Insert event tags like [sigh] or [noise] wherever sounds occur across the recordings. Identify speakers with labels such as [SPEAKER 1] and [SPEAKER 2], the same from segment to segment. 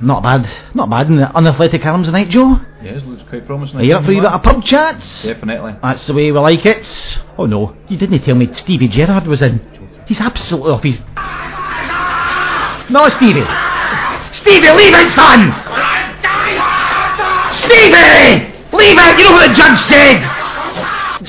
[SPEAKER 1] Not bad. Not bad in the unathletic arms tonight, Joe.
[SPEAKER 2] Yes, looks quite promising.
[SPEAKER 1] Are you up for a wee bit of pub chats?
[SPEAKER 2] Definitely.
[SPEAKER 1] That's the way we like it. Oh no, you didn't tell me Stevie Gerrard was in. He's absolutely off his. No, Stevie. Stevie, leave it, son. Stevie, leave it. You know what the judge said.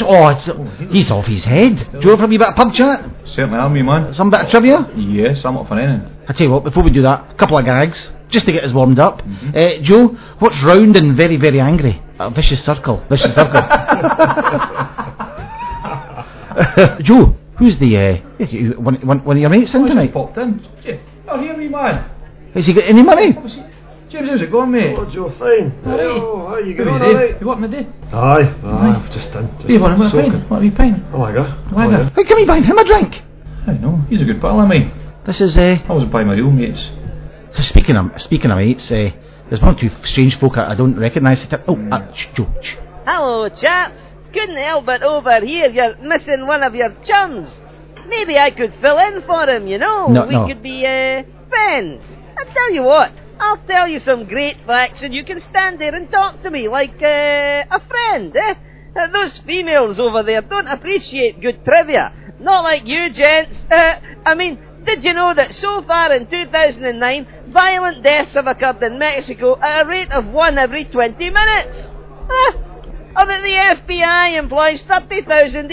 [SPEAKER 1] Oh, it's, he's off his head. Do you want for a wee bit of pub chat?
[SPEAKER 2] Certainly am, you man.
[SPEAKER 1] Some bit of trivia?
[SPEAKER 2] Yes, I'm up for anything.
[SPEAKER 1] I tell you what, before we do that, a couple of gags just to get us warmed up. Uh, Joe, what's round and very, very angry? A vicious circle. Vicious circle. Joe, who's the uh, you- one, one, one of your mates in tonight?
[SPEAKER 2] Popped in. Yeah. Oh, here me, man.
[SPEAKER 1] Has he got any money?
[SPEAKER 2] James, how's it going, mate?
[SPEAKER 3] Oh, Joe, fine. Oh, how you
[SPEAKER 2] Good
[SPEAKER 3] going?
[SPEAKER 2] on,
[SPEAKER 3] All right.
[SPEAKER 2] You want my day?
[SPEAKER 3] Aye, aye, I've just done. Just
[SPEAKER 2] You want a
[SPEAKER 3] soaking.
[SPEAKER 2] pint? What a wee pint?
[SPEAKER 3] Oh my god.
[SPEAKER 2] Why
[SPEAKER 3] oh,
[SPEAKER 2] not?
[SPEAKER 1] How come he buying him a drink?
[SPEAKER 2] I don't know. He's a good pal, I mean.
[SPEAKER 1] This is uh,
[SPEAKER 2] I wasn't by my real mates.
[SPEAKER 1] so speaking of speaking of mates. Uh, there's one or two strange folk I, I don't recognise. Oh, uh, sh- Joe, sh-
[SPEAKER 4] Hello, chaps. Couldn't help but overhear you're missing one of your chums. Maybe I could fill in for him, you know.
[SPEAKER 1] No,
[SPEAKER 4] we
[SPEAKER 1] no.
[SPEAKER 4] could be uh, friends. I tell you what, I'll tell you some great facts and you can stand there and talk to me like uh, a friend, eh? Uh, Those females over there don't appreciate good trivia. Not like you, gents. Uh, I mean, did you know that so far in 2009, violent deaths have occurred in Mexico at a rate of one every 20 minutes? Ah, Huh? And that the FBI employs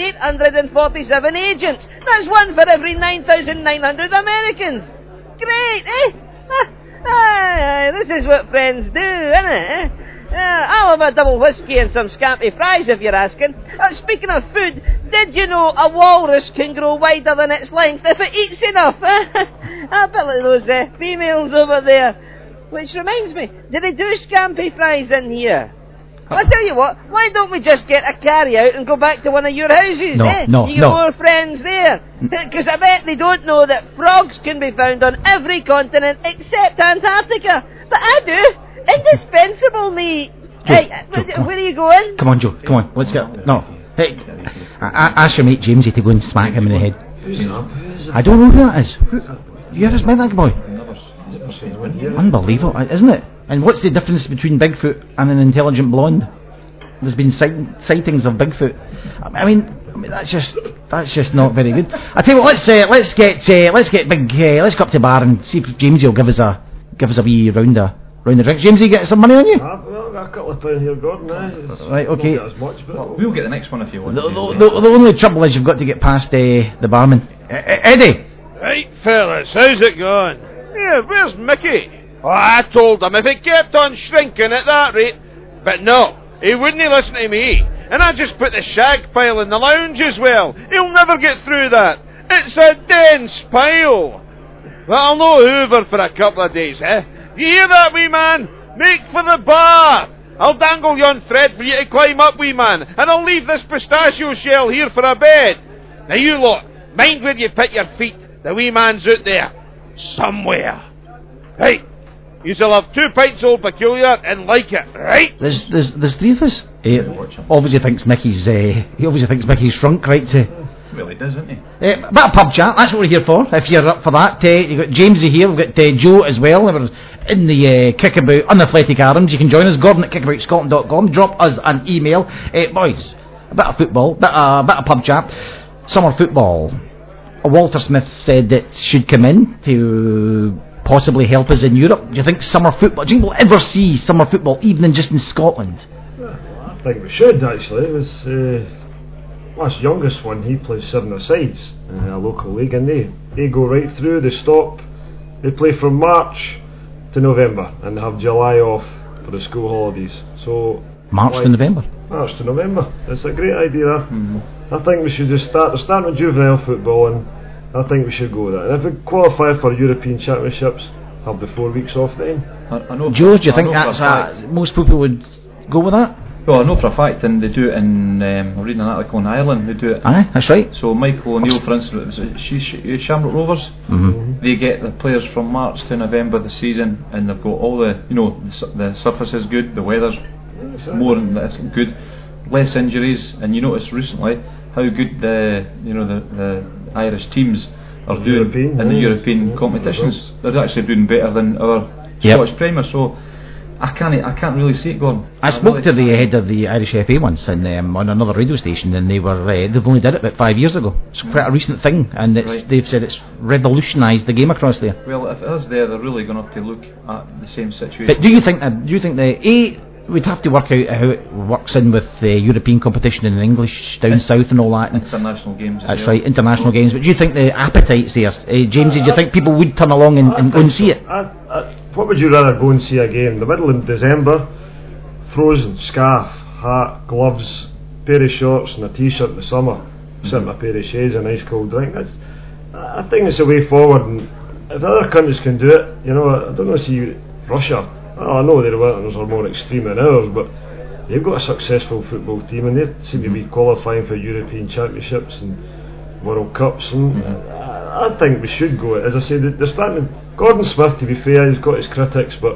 [SPEAKER 4] 30,847 agents. That's one for every 9,900 Americans. Great, eh? Ah, ah, this is what friends do, innit? Eh? Ah, I'll have a double whiskey and some scampy fries if you're asking. Uh, speaking of food, did you know a walrus can grow wider than its length if it eats enough? eh? [laughs] I bet like those uh, females over there. Which reminds me, do they do scampy fries in here? Well, I tell you what, why don't we just get a carry out and go back to one of your houses,
[SPEAKER 1] No,
[SPEAKER 4] eh?
[SPEAKER 1] no,
[SPEAKER 4] you
[SPEAKER 1] no. Mm.
[SPEAKER 4] more friends there. [laughs] Because I bet they don't know that frogs can be found on every continent except Antarctica. But I do. Indispensable meat.
[SPEAKER 1] Joe,
[SPEAKER 4] Hey,
[SPEAKER 1] Joe, come on.
[SPEAKER 4] where are you going?
[SPEAKER 1] come on, Joe, come on, let's get no. Hey, I, I, ask your mate Jamesy to go and smack him in the head.
[SPEAKER 3] Who's that? Who's that?
[SPEAKER 1] I don't know who that is. Who, you ever met that boy?
[SPEAKER 3] I've seen one here.
[SPEAKER 1] Unbelievable, isn't it? And what's the difference between Bigfoot and an intelligent blonde? There's been sight- sightings of Bigfoot. I I mean, I mean that's just that's just not very good. I tell you what, let's uh, let's get uh, let's get big. Uh, let's go up to the bar and see if Jamesy will give us a give us a wee round a round of drinks. Jamesy, get some money on you.
[SPEAKER 3] Ah, well, I've got a couple of pound here, Gordon. Aye. It's-
[SPEAKER 1] Right,
[SPEAKER 3] won't
[SPEAKER 1] okay.
[SPEAKER 3] get as much, but it'll-
[SPEAKER 2] We'll get the next one if you want.
[SPEAKER 1] The, the, the, the only trouble is you've got to get past uh, the barman. E- E- Eddie,
[SPEAKER 5] Right, fellas, how's it going? Yeah, where's Mickey? Oh, I told him if it kept on shrinking at that rate, but no, he wouldn't listen to me. And I just put the shag pile in the lounge as well. He'll never get through that. It's a dense pile. That'll no hoover for a couple of days, eh? You hear that, wee man? Make for the bar! I'll dangle yon thread for you to climb up, wee man, and I'll leave this pistachio shell here for a bed. Now you lot, mind where you put your feet. The wee man's out there. Somewhere. Hey, you shall have two pints old peculiar and like it, right?
[SPEAKER 1] there's there's there's three of us. Eh, obviously thinks Mickey's uh, he obviously thinks Mickey's shrunk right uh, to.
[SPEAKER 2] Well, he does, isn't he?
[SPEAKER 1] Uh, bit of pub chat, that's what we're here for. If you're up for that, uh, you've got Jamesy here, we've got uh, Joe as well. We're in the uh, Kickabout Unathletic Arms. You can join us, Gordon at kickaboutScotland.com. Drop us an email. Uh, boys, a bit of football, bit, uh, bit of pub chat, summer football. Walter Smith said that should come in to possibly help us in Europe. Do you think summer football, do you think we'll ever see summer football, even in just in Scotland?
[SPEAKER 3] I think we should actually. It was uh, last youngest one. He plays seven sides in a local league, and they they go right through. They stop. They play from March to November, and they have July off for the school holidays. So
[SPEAKER 1] March to
[SPEAKER 3] Like-
[SPEAKER 1] November.
[SPEAKER 3] March to November. It's a great idea. I think we should just start start with juvenile football, and I think we should go with that. And if we qualify for European Championships, have the four weeks off then.
[SPEAKER 2] I, I know
[SPEAKER 1] Joe, do you
[SPEAKER 2] I
[SPEAKER 1] think
[SPEAKER 2] know for
[SPEAKER 1] that's
[SPEAKER 2] a fact-
[SPEAKER 1] a, most people would go with that?
[SPEAKER 2] Well, I know for a fact, and they do it in. Um, I'm reading an article in Ireland. They do it.
[SPEAKER 1] Aye, that's right.
[SPEAKER 2] So Michael O'Neill, for instance, was it she, she, Shamrock Rovers. Mm-hmm. They get the players from March to November the season, and they've got all the you know the, su- the surface is good, the weather's more and less good, less injuries, and you notice recently how good the you know the, the Irish teams are doing
[SPEAKER 3] European,
[SPEAKER 2] in the
[SPEAKER 3] yeah.
[SPEAKER 2] European
[SPEAKER 3] Yeah,
[SPEAKER 2] competitions. They're actually doing better than our
[SPEAKER 1] Yep.
[SPEAKER 2] Scottish Premier. So I can't I can't really see it, Gordon.
[SPEAKER 1] I spoke
[SPEAKER 2] really
[SPEAKER 1] to the head of the Irish FA once and, um, on another radio station, and they were uh, they've only did it about five years ago. It's quite a recent thing, and it's,
[SPEAKER 2] Hmm. Right.
[SPEAKER 1] they've said it's revolutionised the game across there.
[SPEAKER 2] Well, if it is there, they're really going to have to look at the same situation.
[SPEAKER 1] But do you think that? Do you think the a we'd have to work out how it works in with the European competition and English down south and all that? And
[SPEAKER 2] international games. as
[SPEAKER 1] that's
[SPEAKER 2] well.
[SPEAKER 1] right, international games. But do you think the appetite's there, uh, James? Do you think people would turn along and, and go and see it?
[SPEAKER 3] I, I, what would you rather go and see a game? The middle of December, frozen, scarf, hat, gloves, pair of shorts and a t-shirt in the summer, sit in a pair of shades and ice cold drink. That's, I I think it's the way forward. And if other countries can do it, you know, I don't know. See Russia. Oh, I know their winters are more extreme than ours, but they've got a successful football team and they seem to be
[SPEAKER 2] Mm-hmm.
[SPEAKER 3] qualifying for European Championships and World Cups. And
[SPEAKER 2] Mm-hmm.
[SPEAKER 3] I, I think we should go. As I say, they- they're starting. Gordon Smith, to be fair, he's got his critics, but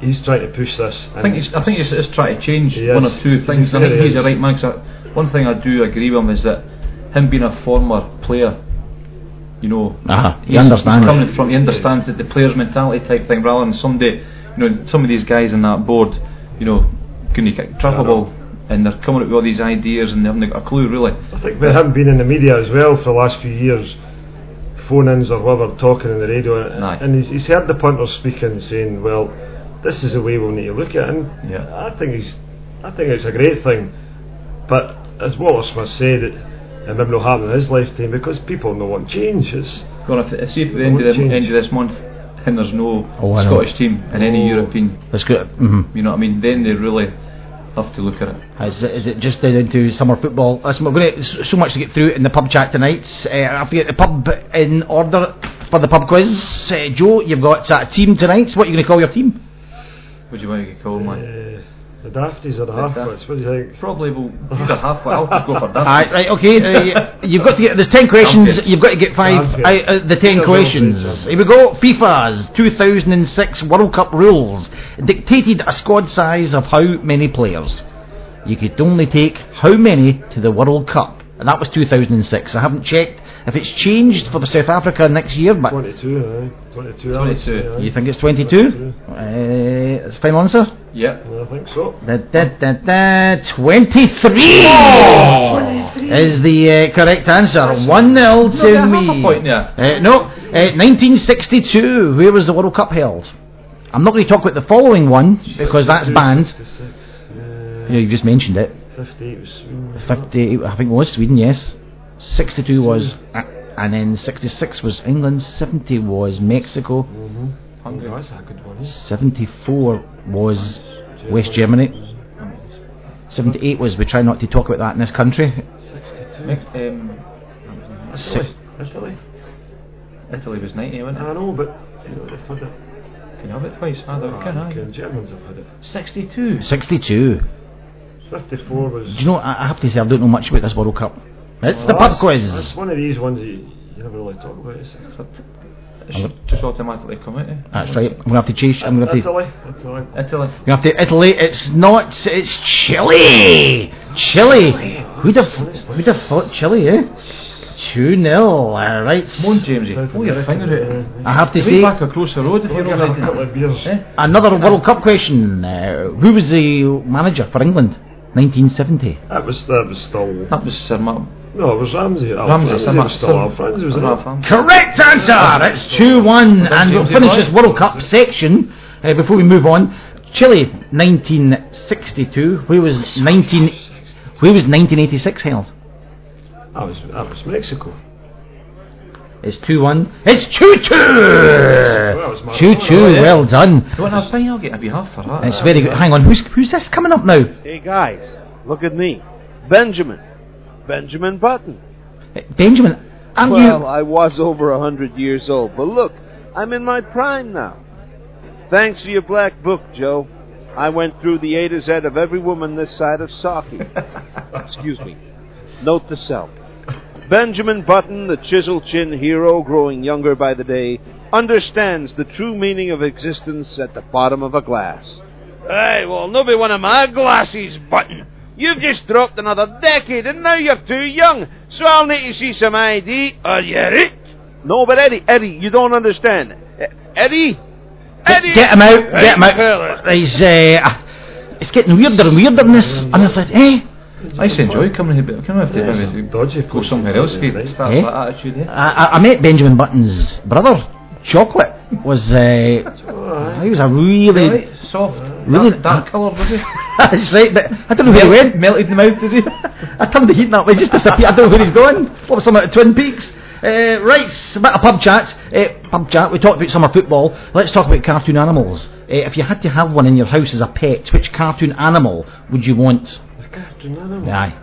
[SPEAKER 3] he's trying to push this.
[SPEAKER 2] I think he's, I think he's, he's trying to change
[SPEAKER 3] Yes.
[SPEAKER 2] one or two things. I
[SPEAKER 3] There
[SPEAKER 2] think he's
[SPEAKER 3] is.
[SPEAKER 2] the right man. 'cause I- one thing I do agree with him is that him being a former player, you know,
[SPEAKER 1] Ah, he
[SPEAKER 2] he's-
[SPEAKER 1] understands.
[SPEAKER 2] he's Uh-huh. Coming from, he understands that the player's mentality type thing, rather than somebody, you know, some of these guys on that board, you know, can you trap a ball, and they're coming up with all these ideas and they haven't got a clue really.
[SPEAKER 3] I think with him being in the media as well for the last few years, phone ins or whatever, talking on the radio, and,
[SPEAKER 2] Aye.
[SPEAKER 3] and he's, he's heard the punters speaking and saying, well, this is the way we'll need to look at it. And
[SPEAKER 2] Yeah.
[SPEAKER 3] I think he's, I think it's a great thing. But as Wallace Smith said, it, it may not happen in his lifetime because people don't want change. It's,
[SPEAKER 2] Going if, if see if at the
[SPEAKER 3] It
[SPEAKER 2] end
[SPEAKER 3] won't
[SPEAKER 2] of the,
[SPEAKER 3] change.
[SPEAKER 2] end of this month, and there's no
[SPEAKER 1] Oh, I know.
[SPEAKER 2] Scottish team in any
[SPEAKER 3] Oh.
[SPEAKER 2] European,
[SPEAKER 1] That's good. mhm.
[SPEAKER 2] you know what I mean? Then they really have to look at it.
[SPEAKER 1] Is it, is it just down to summer football? Listen, we're going to so much to get through in the pub chat tonight. Uh, I have to get the pub in order for the pub quiz. Uh, Joe, you've got uh, a team tonight. What are you going to call your team?
[SPEAKER 2] What do you want to get called,
[SPEAKER 3] uh,
[SPEAKER 2] man?
[SPEAKER 3] the dafties or the
[SPEAKER 2] Daft-
[SPEAKER 3] halfwits, what do you think?
[SPEAKER 2] Probably will either half I'll just go for that.
[SPEAKER 1] Aye, right, okay. Uh, you've got to get there's ten questions.
[SPEAKER 2] Champions.
[SPEAKER 1] You've got to get five
[SPEAKER 3] Champions.
[SPEAKER 1] out of the ten
[SPEAKER 3] Champions.
[SPEAKER 1] questions. Here we go. FIFA's 2006 World Cup rules dictated a squad size of how many players? You could only take how many to the World Cup, and that was 2006. I haven't checked if it's changed for the South Africa next year, but
[SPEAKER 3] 22, aye. 22, I would
[SPEAKER 2] 22.
[SPEAKER 3] say, aye.
[SPEAKER 1] you think it's 22? Uh, that's the final answer.
[SPEAKER 2] Yeah.
[SPEAKER 3] I think so.
[SPEAKER 1] Da, da, da, da, 23
[SPEAKER 2] Oh.
[SPEAKER 1] is the uh, correct answer. 1 0 to
[SPEAKER 2] they're half
[SPEAKER 1] me.
[SPEAKER 2] a point there.
[SPEAKER 1] Uh, no, uh, 1962. Where was the World Cup held? I'm not going to talk about the following one because that's
[SPEAKER 3] 62,
[SPEAKER 1] banned.
[SPEAKER 3] 66,
[SPEAKER 1] You, know, you just mentioned it.
[SPEAKER 3] uh, 58 was Sweden.
[SPEAKER 1] 50, I think it was Sweden, yes. 62 was. uh, and then 66 was England. 70 was Mexico.
[SPEAKER 2] Hungry.
[SPEAKER 3] That's a good one.
[SPEAKER 1] 74 was West Germany. 78 was we try not to talk about that in this country.
[SPEAKER 3] 62.
[SPEAKER 2] Next, um,
[SPEAKER 1] Six,
[SPEAKER 3] Italy.
[SPEAKER 2] Italy was 90, wasn't
[SPEAKER 3] I know, but you know, they've had it. Uh-huh.
[SPEAKER 2] it? Can you have it twice? I don't can
[SPEAKER 1] eh?
[SPEAKER 3] Okay,
[SPEAKER 2] I?
[SPEAKER 3] the Germans have had it.
[SPEAKER 2] 62.
[SPEAKER 1] 62.
[SPEAKER 3] 54 was.
[SPEAKER 1] Do you know, I I have to say, I don't know much about this World Cup. It's the
[SPEAKER 3] Well,
[SPEAKER 1] pub
[SPEAKER 3] that's-
[SPEAKER 1] quiz.
[SPEAKER 3] That's one of these ones that you, you never really talk about. It's
[SPEAKER 2] It should just automatically come out. eh?
[SPEAKER 1] That's right. I'm going to have to chase. I'm going to have to.
[SPEAKER 3] Italy. Italy.
[SPEAKER 2] Italy.
[SPEAKER 1] You have to Italy. It's not. It's Chile. Chile. Who'd have, who'd have thought Chile, eh? 2 0. All right.
[SPEAKER 2] Come on, Jamesy. Oh, Pull your
[SPEAKER 3] America,
[SPEAKER 2] finger out.
[SPEAKER 1] I have to
[SPEAKER 2] Way
[SPEAKER 1] say,
[SPEAKER 2] back across the road if
[SPEAKER 3] We're
[SPEAKER 2] you're
[SPEAKER 3] going to have a couple
[SPEAKER 2] already.
[SPEAKER 3] of beers.
[SPEAKER 2] Eh?
[SPEAKER 1] another World Cup question. Uh, who was the manager for England? 1970.
[SPEAKER 3] That was that was still
[SPEAKER 2] That was Sir Matt
[SPEAKER 3] no, it was Ramsey. Alf
[SPEAKER 2] Ramsey. Sir
[SPEAKER 3] Ramsey
[SPEAKER 2] Matt
[SPEAKER 3] was Oh, still Alf Ramsey was in it.
[SPEAKER 1] Correct answer! It's 2 1, and we'll
[SPEAKER 2] James,
[SPEAKER 1] finish
[SPEAKER 2] you're
[SPEAKER 1] this World Cup section uh, before we move on. Chile, 1962. Where was 19, where was 1986 held?
[SPEAKER 3] That was that was Mexico.
[SPEAKER 1] It's 2 1. It's 2 2!
[SPEAKER 3] was my
[SPEAKER 1] 2 2,
[SPEAKER 3] fault, yeah.
[SPEAKER 1] well done.
[SPEAKER 2] You want to have fine? I'll get a wee half for that.
[SPEAKER 1] It's very good. Hang on, who's, who's this coming up now?
[SPEAKER 5] Hey guys, look at me. Benjamin. Benjamin Button.
[SPEAKER 1] Uh, Benjamin, are
[SPEAKER 5] well, uh,
[SPEAKER 1] you.
[SPEAKER 5] I was over a hundred years old, but look, I'm in my prime now. Thanks for your black book, Joe. I went through the A to Z of every woman this side of Saki. Excuse me. Note to self. Benjamin Button, the chisel chin hero growing younger by the day, understands the true meaning of existence at the bottom of a glass. Hey, well, no be one of my glasses, Button. You've just dropped another decade, and now you're too young, so I'll need to see some ID. Are you it? No, but Eddie, Eddie, you don't understand. E- Eddie? Idiot.
[SPEAKER 1] Get him out,
[SPEAKER 5] Hey,
[SPEAKER 1] get him
[SPEAKER 5] fellas.
[SPEAKER 1] out. He's, uh, ah, it's getting weirder and weirder in this. And I thought, eh?
[SPEAKER 2] I used to enjoy coming here, but I kind of have to
[SPEAKER 3] Yeah, it's
[SPEAKER 2] maybe
[SPEAKER 3] a dodgy
[SPEAKER 2] go
[SPEAKER 3] place
[SPEAKER 2] somewhere
[SPEAKER 3] to
[SPEAKER 2] else
[SPEAKER 3] live,
[SPEAKER 2] to
[SPEAKER 3] right?
[SPEAKER 2] start
[SPEAKER 1] Eh?
[SPEAKER 2] that attitude. Eh?
[SPEAKER 1] I, I- I met Benjamin Button's brother, Chocolate, was, uh, he was a really,
[SPEAKER 2] Right,
[SPEAKER 3] Uh,
[SPEAKER 2] soft,
[SPEAKER 1] Really-
[SPEAKER 2] dark, dark colour, was he?
[SPEAKER 1] That's right, but [laughs] I don't know where he went.
[SPEAKER 2] [laughs] Melted in the mouth, did he?
[SPEAKER 1] I turned the heat up, he just disappeared. I don't know where he's going. What was something at Twin Peaks? Uh, right, s- a bit of pub chat. Uh, pub chat, we talked about summer football. Let's talk about cartoon animals. Uh, if you had to have one in your house as a pet, which cartoon animal would you want? Aye.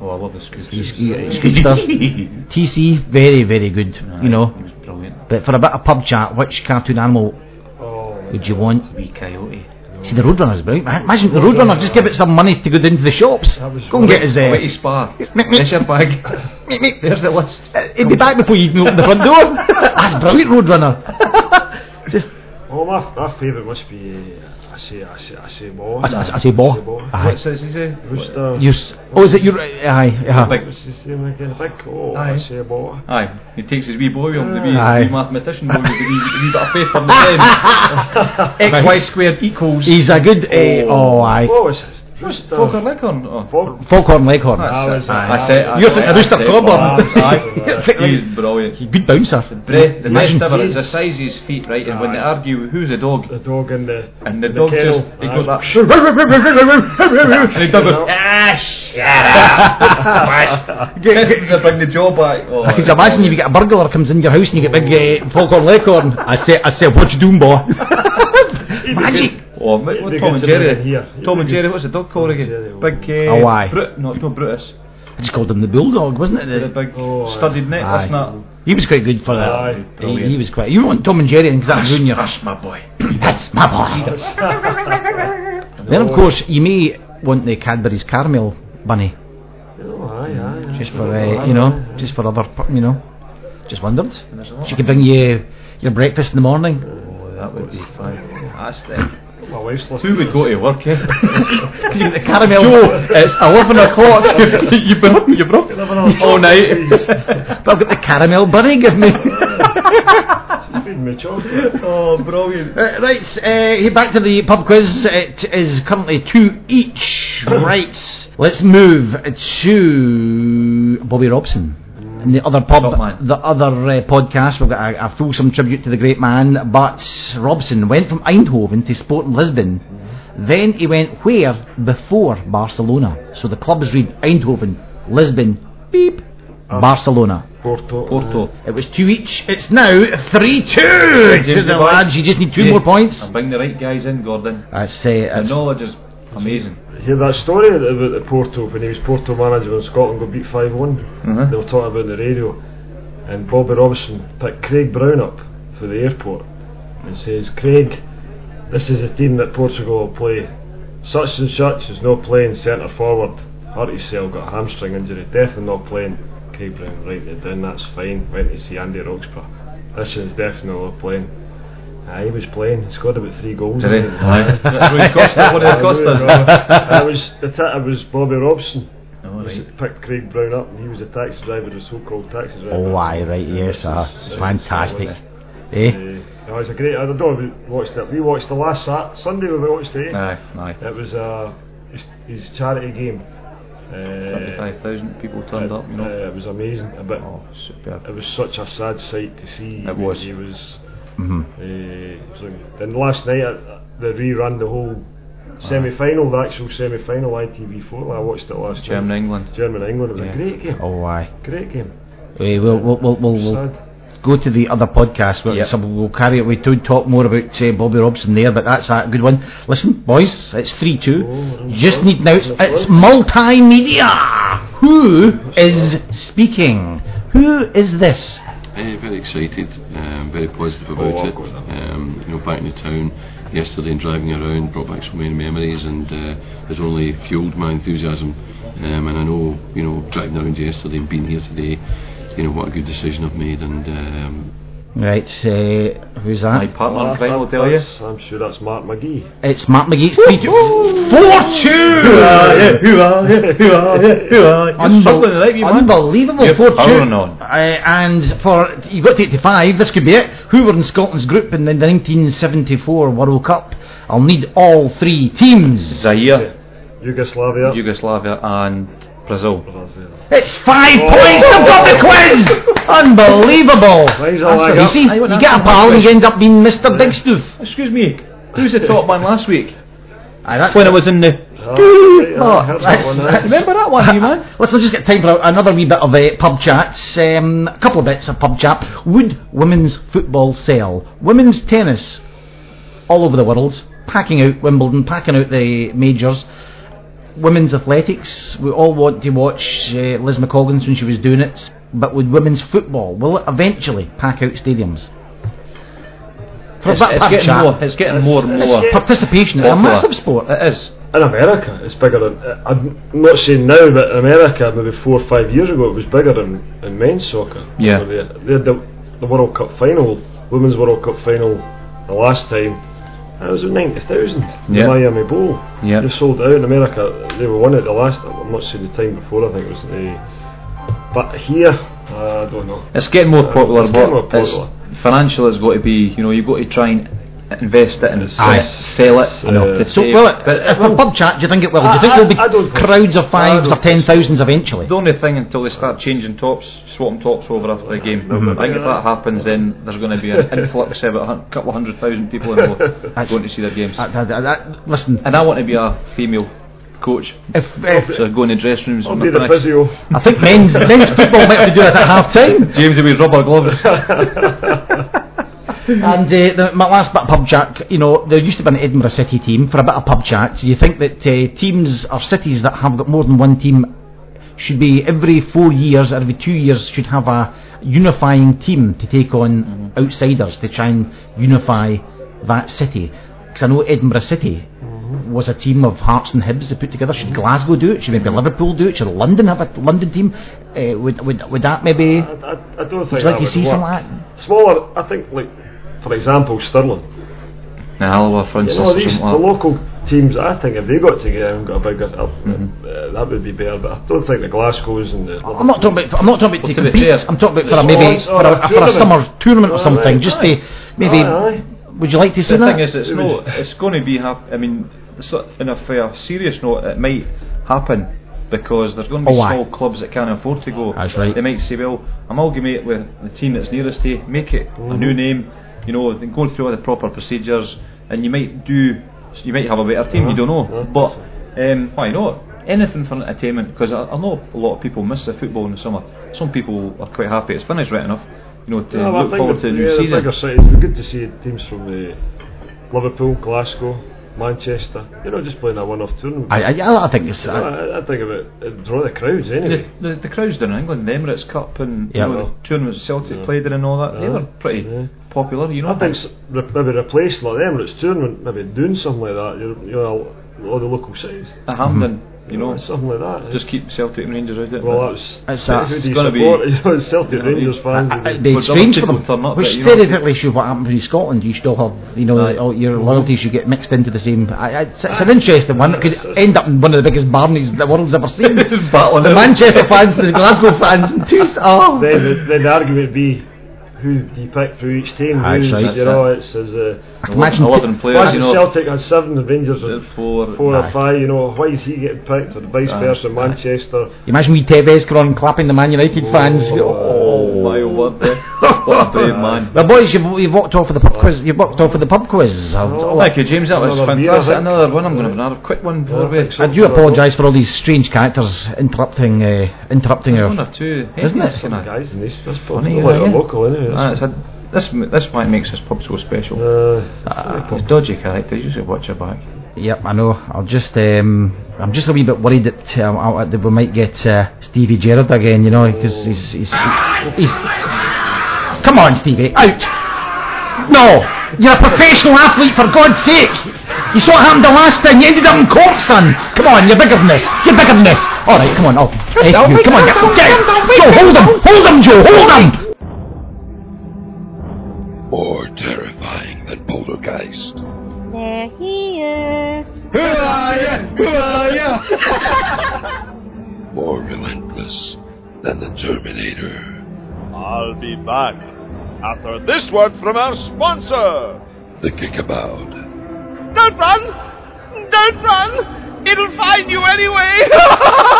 [SPEAKER 2] Oh, I love the Scrooge.
[SPEAKER 1] He's, he- he's good stuff. TC, very, very good, you
[SPEAKER 2] He [laughs]
[SPEAKER 1] know.
[SPEAKER 2] was brilliant.
[SPEAKER 1] But for a bit of pub chat, which cartoon animal
[SPEAKER 3] Oh,
[SPEAKER 1] would you want?
[SPEAKER 2] Wee coyote.
[SPEAKER 1] See, the Roadrunner's brilliant. Imagine the Roadrunner, just give it some money to go down to the shops.
[SPEAKER 3] was
[SPEAKER 1] Go and get his...
[SPEAKER 2] Oh,
[SPEAKER 1] Uh,
[SPEAKER 2] wait, he's [laughs] spa. There's your bag. There's the list.
[SPEAKER 1] He'd be back before you can open the front door. [laughs] That's brilliant, Roadrunner. [laughs] Just,
[SPEAKER 3] well, my, my favourite must be. uh, I say, I say, I say, boy.
[SPEAKER 1] I, I, I say, boy. Aye.
[SPEAKER 2] What's his name?
[SPEAKER 3] Who's the-
[SPEAKER 1] You, s- oh, is it your? Aye, aye.
[SPEAKER 2] Like-
[SPEAKER 3] What's his name again? Vic? Oh,
[SPEAKER 2] Aye.
[SPEAKER 3] I say, boy.
[SPEAKER 2] Aye, he takes his wee boy on the wee,
[SPEAKER 1] Aye.
[SPEAKER 2] wee mathematician boy with the wee, the wee bit of paper in the
[SPEAKER 1] [laughs]
[SPEAKER 2] pen. X, Y squared equals...
[SPEAKER 1] [laughs] He's a good. eh,
[SPEAKER 2] Oh.
[SPEAKER 1] oh, aye.
[SPEAKER 3] What was his? Who's
[SPEAKER 2] [laughs]
[SPEAKER 3] the-
[SPEAKER 2] Poker Leghorn. Oh.
[SPEAKER 3] Folk-
[SPEAKER 1] Falkhorn Leghorn.
[SPEAKER 2] That's
[SPEAKER 3] I
[SPEAKER 2] it.
[SPEAKER 3] was-
[SPEAKER 2] I said, I
[SPEAKER 1] You're
[SPEAKER 2] said-
[SPEAKER 1] thinking of Rooster
[SPEAKER 2] I said
[SPEAKER 1] Cobham.
[SPEAKER 2] Bob. Aye, he's brilliant.
[SPEAKER 1] Good bouncer.
[SPEAKER 2] Bre- the
[SPEAKER 1] Imagine
[SPEAKER 2] best ever
[SPEAKER 1] he's-
[SPEAKER 2] is the size of his feet, right? And when they
[SPEAKER 3] Aye.
[SPEAKER 2] argue, who's the dog?
[SPEAKER 3] The dog and the.
[SPEAKER 2] And the,
[SPEAKER 3] the
[SPEAKER 2] dog
[SPEAKER 3] kennel.
[SPEAKER 2] just he
[SPEAKER 3] Aye.
[SPEAKER 2] goes like, [laughs] and the dog goes, ah, [laughs] shut up, what? they bring the jaw back. Oh,
[SPEAKER 1] I can imagine if you get a burglar comes in your house and you get big uh, Falkhorn Leghorn. I say, I say, what you doing, boy? [laughs] Magic.
[SPEAKER 2] Oh, m- what
[SPEAKER 3] They
[SPEAKER 2] Tom
[SPEAKER 3] get
[SPEAKER 2] and
[SPEAKER 3] to bring
[SPEAKER 2] Jerry.
[SPEAKER 3] it here.
[SPEAKER 2] Tom and
[SPEAKER 3] They get-
[SPEAKER 2] Jerry, what's the dog called again?
[SPEAKER 3] Jerry, oh.
[SPEAKER 2] Big.
[SPEAKER 1] Oh, aye.
[SPEAKER 2] Bru- no, it's not Brutus.
[SPEAKER 1] I just called him the bulldog, wasn't
[SPEAKER 2] The
[SPEAKER 1] it?
[SPEAKER 2] big
[SPEAKER 3] Oh, aye.
[SPEAKER 2] studded neck.
[SPEAKER 1] Aye.
[SPEAKER 2] That's not.
[SPEAKER 1] He was quite good for that.
[SPEAKER 3] Aye,
[SPEAKER 1] he,
[SPEAKER 2] brilliant.
[SPEAKER 1] he was quite. You want Tom and Jerry and exactly ruin your.
[SPEAKER 2] That's my boy.
[SPEAKER 1] That's my
[SPEAKER 2] [laughs]
[SPEAKER 1] boy. [laughs] Then of course you may want the Cadbury's caramel bunny,
[SPEAKER 3] Oh, aye, aye, aye.
[SPEAKER 1] just for uh, you know, just for other pu- you know. Just wondered. She could bring you your breakfast in the morning.
[SPEAKER 2] Oh, that would be fun. That's the.
[SPEAKER 3] My wife's listening.
[SPEAKER 2] Who would go to work? [laughs] Eh?
[SPEAKER 1] the caramel. Joe, it's eleven o'clock.
[SPEAKER 2] [laughs]
[SPEAKER 1] You've been up, you've been up [laughs] all night. but I've got the caramel bunny. Give me.
[SPEAKER 3] Feed me chocolate.
[SPEAKER 2] oh, brilliant.
[SPEAKER 1] Uh, right, uh, back to the pub quiz. It is currently two each. right, let's move to Bobby Robson. And the other pub,
[SPEAKER 2] Top man.
[SPEAKER 1] the other uh, podcast, we've got a, a fulsome tribute to the great man. But Robson went from Eindhoven to Sporting Lisbon. Then he went where before Barcelona. So the clubs read Eindhoven, Lisbon, beep,
[SPEAKER 2] Oh.
[SPEAKER 1] Barcelona.
[SPEAKER 3] Porto.
[SPEAKER 2] Porto.
[SPEAKER 1] It was two each. It's now three two to the
[SPEAKER 2] Goodbye.
[SPEAKER 1] lads. You just need two
[SPEAKER 2] Yeah.
[SPEAKER 1] more points.
[SPEAKER 2] And bring the right guys in, Gordon.
[SPEAKER 1] That's uh,
[SPEAKER 2] The
[SPEAKER 1] that's-
[SPEAKER 2] knowledge is amazing.
[SPEAKER 3] Hear that story about the Porto when he was Porto manager when Scotland got beat 5 one They were talking about it on the radio, and Bobby Robson picked Craig Brown up for the airport and says, Craig, this is a team that Portugal will play. Such and such is not playing centre forward. Hurt himself, got a hamstring injury, definitely not playing. Craig Brown, right, they done, that's fine. Went to see Andy Roxburgh. This is definitely not playing. Aye, he was playing, he scored about three goals. I think.
[SPEAKER 2] That's Rui Costa. What
[SPEAKER 3] [laughs] I
[SPEAKER 2] did Costa? [laughs]
[SPEAKER 3] was the ta- it was Bobby Robson.
[SPEAKER 2] Oh,
[SPEAKER 3] He
[SPEAKER 2] right.
[SPEAKER 3] picked Craig Brown up, and he was a taxi driver, a so-called taxi driver.
[SPEAKER 1] Oh, aye, right, yes, ah, fantastic. Eh?
[SPEAKER 3] Uh, it was a great. I don't know. if you watched it. We watched the last sat- Sunday. We watched it. eh?
[SPEAKER 2] Aye, aye.
[SPEAKER 3] It was uh, his, his charity game. Uh,
[SPEAKER 2] 75,000 people turned up, you
[SPEAKER 3] uh,
[SPEAKER 2] know.
[SPEAKER 3] it was amazing. A bit.
[SPEAKER 2] Oh, superb.
[SPEAKER 3] It was such a sad sight to see.
[SPEAKER 2] It was.
[SPEAKER 3] He was.
[SPEAKER 1] Mm-hmm.
[SPEAKER 3] Uh, so- then last night, uh, they rerun the whole semi-final, the actual semi-final ITV4. I watched it last
[SPEAKER 2] Germany,
[SPEAKER 3] night.
[SPEAKER 2] England.
[SPEAKER 3] Germany, England. It was
[SPEAKER 2] Yeah.
[SPEAKER 3] a great game.
[SPEAKER 1] Oh, aye.
[SPEAKER 3] Great game.
[SPEAKER 1] Eh, We'll, we'll, we'll, we'll, we'll
[SPEAKER 3] Sad.
[SPEAKER 1] go to the other podcast. We'll,
[SPEAKER 2] Yep.
[SPEAKER 1] some, we'll carry it. We do talk more about uh, Bobby Robson there, but that's a good one. Listen, boys, it's 3 2.
[SPEAKER 3] Oh,
[SPEAKER 1] Just
[SPEAKER 3] oh,
[SPEAKER 1] need now. It's,
[SPEAKER 3] oh,
[SPEAKER 1] it's
[SPEAKER 3] oh.
[SPEAKER 1] multimedia! Who is speaking? Who is this?
[SPEAKER 6] Uh, very excited, um, very positive about
[SPEAKER 3] Oh,
[SPEAKER 6] it.
[SPEAKER 3] awkward, huh?
[SPEAKER 6] Um, you know, back in the town yesterday and driving around brought back so many memories and uh, has only fueled my enthusiasm. Um, and I know, you know, driving around yesterday and being here today, you know, what a good decision I've made and um,
[SPEAKER 1] Right, uh, who's that?
[SPEAKER 2] My partner in crime will tell you.
[SPEAKER 3] That's- I'm sure that's Mark McGee.
[SPEAKER 1] It's Mark McGee. Speed four two.
[SPEAKER 3] Ah, Who are you? Who are you? Who are
[SPEAKER 2] Struggling tonight, you man.
[SPEAKER 1] Unbelievable
[SPEAKER 2] You're
[SPEAKER 1] four two.
[SPEAKER 2] powering on.
[SPEAKER 1] Uh, and for you got to eighty five. This could be it. Who were in Scotland's group in the nineteen seventy four World Cup? I'll need all three teams.
[SPEAKER 2] Zaire,
[SPEAKER 3] [laughs] Yugoslavia.
[SPEAKER 2] Yugoslavia, and Brazil.
[SPEAKER 1] It's five points. I've got the [laughs] quiz. Unbelievable.
[SPEAKER 3] Why is
[SPEAKER 1] That's
[SPEAKER 3] that like
[SPEAKER 1] what
[SPEAKER 3] that?
[SPEAKER 1] you see,
[SPEAKER 2] I want
[SPEAKER 1] you
[SPEAKER 2] that
[SPEAKER 1] get a
[SPEAKER 2] for
[SPEAKER 1] pal
[SPEAKER 2] my
[SPEAKER 1] and you
[SPEAKER 2] quiz.
[SPEAKER 1] end up being Mr. Big Stoof.
[SPEAKER 2] Excuse me, who's the top man last [laughs] week?
[SPEAKER 1] Aye, that's
[SPEAKER 2] When I was in the.
[SPEAKER 3] Oh, [laughs]
[SPEAKER 1] that's-
[SPEAKER 3] that's that one.
[SPEAKER 1] that's-
[SPEAKER 3] eh?
[SPEAKER 2] Remember that one, you man?
[SPEAKER 1] Let's not just get time for another wee bit of uh, pub chats. Um, a couple of bits of pub chat. Would women's football sell? Women's tennis all over the world, packing out Wimbledon, packing out the majors. Women's athletics, we all want to watch uh, Liz McCoggins when she was doing it. But would women's football, will it eventually pack out stadiums? For a
[SPEAKER 2] [laughs] It's,
[SPEAKER 1] bit of
[SPEAKER 2] it's
[SPEAKER 1] pub
[SPEAKER 2] getting
[SPEAKER 1] chat,
[SPEAKER 2] more. It's getting more and more.
[SPEAKER 3] it's-
[SPEAKER 1] Participation is a
[SPEAKER 2] popular.
[SPEAKER 1] massive sport.
[SPEAKER 2] It is.
[SPEAKER 3] In America, it's bigger than. uh, I'm not saying now, but in America, maybe four or five years ago, it was bigger than in men's soccer.
[SPEAKER 2] Yeah.
[SPEAKER 3] Where They, they had the, the World Cup final, Women's World Cup final, the last time. and It was at 90,000.
[SPEAKER 2] Yeah.
[SPEAKER 3] The Miami Bowl.
[SPEAKER 2] Yeah.
[SPEAKER 3] They sold out in America. They were one at the last. I'm not saying the time before, I think it was the. But here, uh, I don't know.
[SPEAKER 2] It's getting more popular,
[SPEAKER 3] It's
[SPEAKER 2] but
[SPEAKER 3] getting more popular.
[SPEAKER 2] It's, financial has got to be, you know, you've got to try and invest it and s-
[SPEAKER 1] Aye.
[SPEAKER 2] sell it.
[SPEAKER 3] I know.
[SPEAKER 2] to
[SPEAKER 1] So
[SPEAKER 2] save.
[SPEAKER 1] will it?
[SPEAKER 2] But it
[SPEAKER 1] for
[SPEAKER 2] will.
[SPEAKER 1] pub chat, do you think it will? Do
[SPEAKER 3] I-
[SPEAKER 1] you think
[SPEAKER 3] uh, I-
[SPEAKER 1] there'll be
[SPEAKER 3] I don't think-
[SPEAKER 1] crowds of
[SPEAKER 3] I
[SPEAKER 1] fives
[SPEAKER 3] don't
[SPEAKER 1] or ten thousands eventually?
[SPEAKER 2] The only thing until they start changing tops, swapping tops over after the game. I think if that happens, then there's going to
[SPEAKER 3] [laughs]
[SPEAKER 2] be an influx of a hun- couple of hundred thousand people in
[SPEAKER 1] That's-
[SPEAKER 2] going to see their games.
[SPEAKER 1] Uh, That- that- that- that- listen,
[SPEAKER 2] And I want to be a female coach,
[SPEAKER 1] if, if-
[SPEAKER 2] so I go in the dressing rooms.
[SPEAKER 3] I'll
[SPEAKER 2] when
[SPEAKER 3] be
[SPEAKER 2] we're
[SPEAKER 3] the
[SPEAKER 2] finished.
[SPEAKER 3] physio.
[SPEAKER 1] I think men's men's football might have to do it at half time.
[SPEAKER 2] James with rubber gloves.
[SPEAKER 1] And uh, the, my last bit of pub chat, you know, there used to be an Edinburgh City team for a bit of pub chat. So you think that uh, teams or cities that have got more than one team should be every four years or every two years should have a unifying team to take on
[SPEAKER 3] Mm-hmm.
[SPEAKER 1] outsiders to try and unify that city. Because I know Edinburgh City
[SPEAKER 3] Mm-hmm.
[SPEAKER 1] was a team of Hearts and Hibs they put together. Should Glasgow do it? Should maybe Liverpool do it? Should London have a London team? Uh, would, would, would that maybe?
[SPEAKER 3] I, I, I don't think
[SPEAKER 1] Would you like
[SPEAKER 3] that
[SPEAKER 1] to see
[SPEAKER 3] would
[SPEAKER 1] something
[SPEAKER 3] work.
[SPEAKER 1] like that?
[SPEAKER 3] Smaller, I think, like, for example, Stirling.
[SPEAKER 2] Nah, I'll have a front
[SPEAKER 3] You
[SPEAKER 2] sister
[SPEAKER 3] know, these, the
[SPEAKER 2] something like
[SPEAKER 3] local teams, I think if they got together and got a bigger, uh, uh, that would be better. But I don't think the Glasgow's and the.
[SPEAKER 2] Ah,
[SPEAKER 1] I'm not talking about. I'm not talking about to
[SPEAKER 2] Well, to be
[SPEAKER 1] compete.
[SPEAKER 2] fair,
[SPEAKER 1] I'm talking about for a
[SPEAKER 3] it's
[SPEAKER 1] maybe
[SPEAKER 3] all- it's
[SPEAKER 1] for
[SPEAKER 3] all
[SPEAKER 1] a, for
[SPEAKER 3] a
[SPEAKER 1] a
[SPEAKER 3] tournament.
[SPEAKER 1] summer tournament or
[SPEAKER 3] Aye,
[SPEAKER 1] something.
[SPEAKER 3] aye.
[SPEAKER 1] just to
[SPEAKER 3] Ah,
[SPEAKER 1] maybe.
[SPEAKER 3] Aye, aye.
[SPEAKER 1] Would you like to see
[SPEAKER 2] that. The
[SPEAKER 1] that?
[SPEAKER 2] thing is, it's no, it's going to be. Hap- I mean, so, in a, for a serious note, it might happen because there's going to be
[SPEAKER 1] Oh, aye.
[SPEAKER 2] small clubs that can't afford to go.
[SPEAKER 1] That's right.
[SPEAKER 2] They might say, well, amalgamate with the team that's nearest to you, make it a new name. You know, then going through all the proper procedures, and you might do. You might have a better team. You don't know,
[SPEAKER 1] Uh-huh.
[SPEAKER 3] Mhm.
[SPEAKER 2] but um, why not? Anything for entertainment because I, I know a lot of people miss the football in the summer. Some people are quite happy it's finished right enough. You know, to
[SPEAKER 3] Well, I
[SPEAKER 2] look
[SPEAKER 3] think
[SPEAKER 2] forward
[SPEAKER 3] the-
[SPEAKER 2] to the new
[SPEAKER 3] yeah,
[SPEAKER 2] season.
[SPEAKER 3] The bigger cities, it'd be good to see teams from uh, Liverpool, Glasgow, Manchester. You know, just playing a one-off tournament.
[SPEAKER 1] I, I, I think it's.
[SPEAKER 3] I,
[SPEAKER 1] Uh,
[SPEAKER 3] I think it would draw the crowds
[SPEAKER 2] The,
[SPEAKER 3] anyway.
[SPEAKER 2] the, the crowds down in England, the Emirates Cup and
[SPEAKER 1] Yeah.
[SPEAKER 2] you know, the tournaments Celtic played in and all that, they
[SPEAKER 3] Yeah.
[SPEAKER 2] were pretty
[SPEAKER 3] Yeah.
[SPEAKER 2] popular, you know.
[SPEAKER 3] I think s- re- maybe replace like the Emirates tournament, maybe doing something like that. You you know, all the local cities,
[SPEAKER 2] At Hampden, you know,
[SPEAKER 3] something like that.
[SPEAKER 2] just keep Celtic and Rangers out of it.
[SPEAKER 3] well, that was
[SPEAKER 1] It's,
[SPEAKER 3] who
[SPEAKER 1] uh,
[SPEAKER 3] do
[SPEAKER 1] it's
[SPEAKER 3] you
[SPEAKER 2] gonna be-
[SPEAKER 3] support? You know, [laughs] Celtic
[SPEAKER 2] Yeah,
[SPEAKER 3] Rangers
[SPEAKER 2] I-
[SPEAKER 3] fans. would be-
[SPEAKER 1] it'd be
[SPEAKER 2] Would other
[SPEAKER 1] strange for
[SPEAKER 2] people
[SPEAKER 1] them.
[SPEAKER 2] turn up,
[SPEAKER 1] Which
[SPEAKER 2] but, you know,
[SPEAKER 1] theoretically should what happened in Scotland. You still have, you know,
[SPEAKER 2] Aye.
[SPEAKER 1] all your loyalties you get mixed into the same. I, I, it's, it's an interesting one. It could end up in one of the biggest barneys the world's ever
[SPEAKER 2] [laughs]
[SPEAKER 1] seen.
[SPEAKER 2] Battling
[SPEAKER 1] the
[SPEAKER 2] out.
[SPEAKER 1] Manchester fans, the Glasgow fans, and two. Oh,
[SPEAKER 3] then, the, then the argument would be who do you pick for each team?
[SPEAKER 1] Aye,
[SPEAKER 3] Who's,
[SPEAKER 1] that's right.
[SPEAKER 3] you know, it's as uh,
[SPEAKER 1] I can imagine.
[SPEAKER 2] 11
[SPEAKER 1] t-
[SPEAKER 2] players,
[SPEAKER 3] why
[SPEAKER 2] you
[SPEAKER 3] did
[SPEAKER 2] know,
[SPEAKER 3] Celtic had seven, the Rangers had
[SPEAKER 2] four,
[SPEAKER 3] four
[SPEAKER 1] Aye.
[SPEAKER 3] or five. You know, why is he getting picked, or vice versa? Manchester.
[SPEAKER 1] Imagine we Tevez come on clapping the Man United fans.
[SPEAKER 2] Oh my word, eh? what
[SPEAKER 3] [laughs]
[SPEAKER 2] a brave man.
[SPEAKER 1] Well, boys, you've, you've walked off with the pub quiz. You've walked off with the pub quiz. I,
[SPEAKER 3] Oh,
[SPEAKER 2] Thank you, James. That was
[SPEAKER 3] Another beer, I
[SPEAKER 2] fantastic.
[SPEAKER 3] think.
[SPEAKER 2] Another one. I'm going to have another quick one before
[SPEAKER 3] Yeah, I
[SPEAKER 2] we.
[SPEAKER 3] think so.
[SPEAKER 1] I do apologise for all these strange characters interrupting uh, interrupting
[SPEAKER 2] One
[SPEAKER 1] our.
[SPEAKER 2] or two.
[SPEAKER 1] Isn't it?
[SPEAKER 2] Isn't
[SPEAKER 3] Some
[SPEAKER 2] it?
[SPEAKER 3] guys in this, that's
[SPEAKER 2] Funny,
[SPEAKER 3] funny. Like
[SPEAKER 2] yeah.
[SPEAKER 3] a local, isn't it?
[SPEAKER 2] Ah, it's a- This this why it makes this pub so special.
[SPEAKER 3] uh,
[SPEAKER 2] Ah, it's dodgy character. You should watch your back.
[SPEAKER 1] Yep, I know. I'll just um, I'm just a wee bit worried that, um, I- that we might get uh, Stevie Gerrard again. You know, because he's, he's he's come on, Stevie, out. No, you're a professional athlete for God's sake. You saw what happened the last time. You ended up in court, son. Come on, you're bigger than this. You're bigger than this. All right, come on, up. Hey, you, come on, get, get. Joe, hold him, hold him, Joe, hold him.
[SPEAKER 5] Christ.
[SPEAKER 4] They're here.
[SPEAKER 5] Who are you? Who are you?
[SPEAKER 6] more relentless than the Terminator.
[SPEAKER 5] I'll be back after this word from our sponsor.
[SPEAKER 6] The Kickabout.
[SPEAKER 5] Don't run! Don't run! It'll find you anyway! [laughs]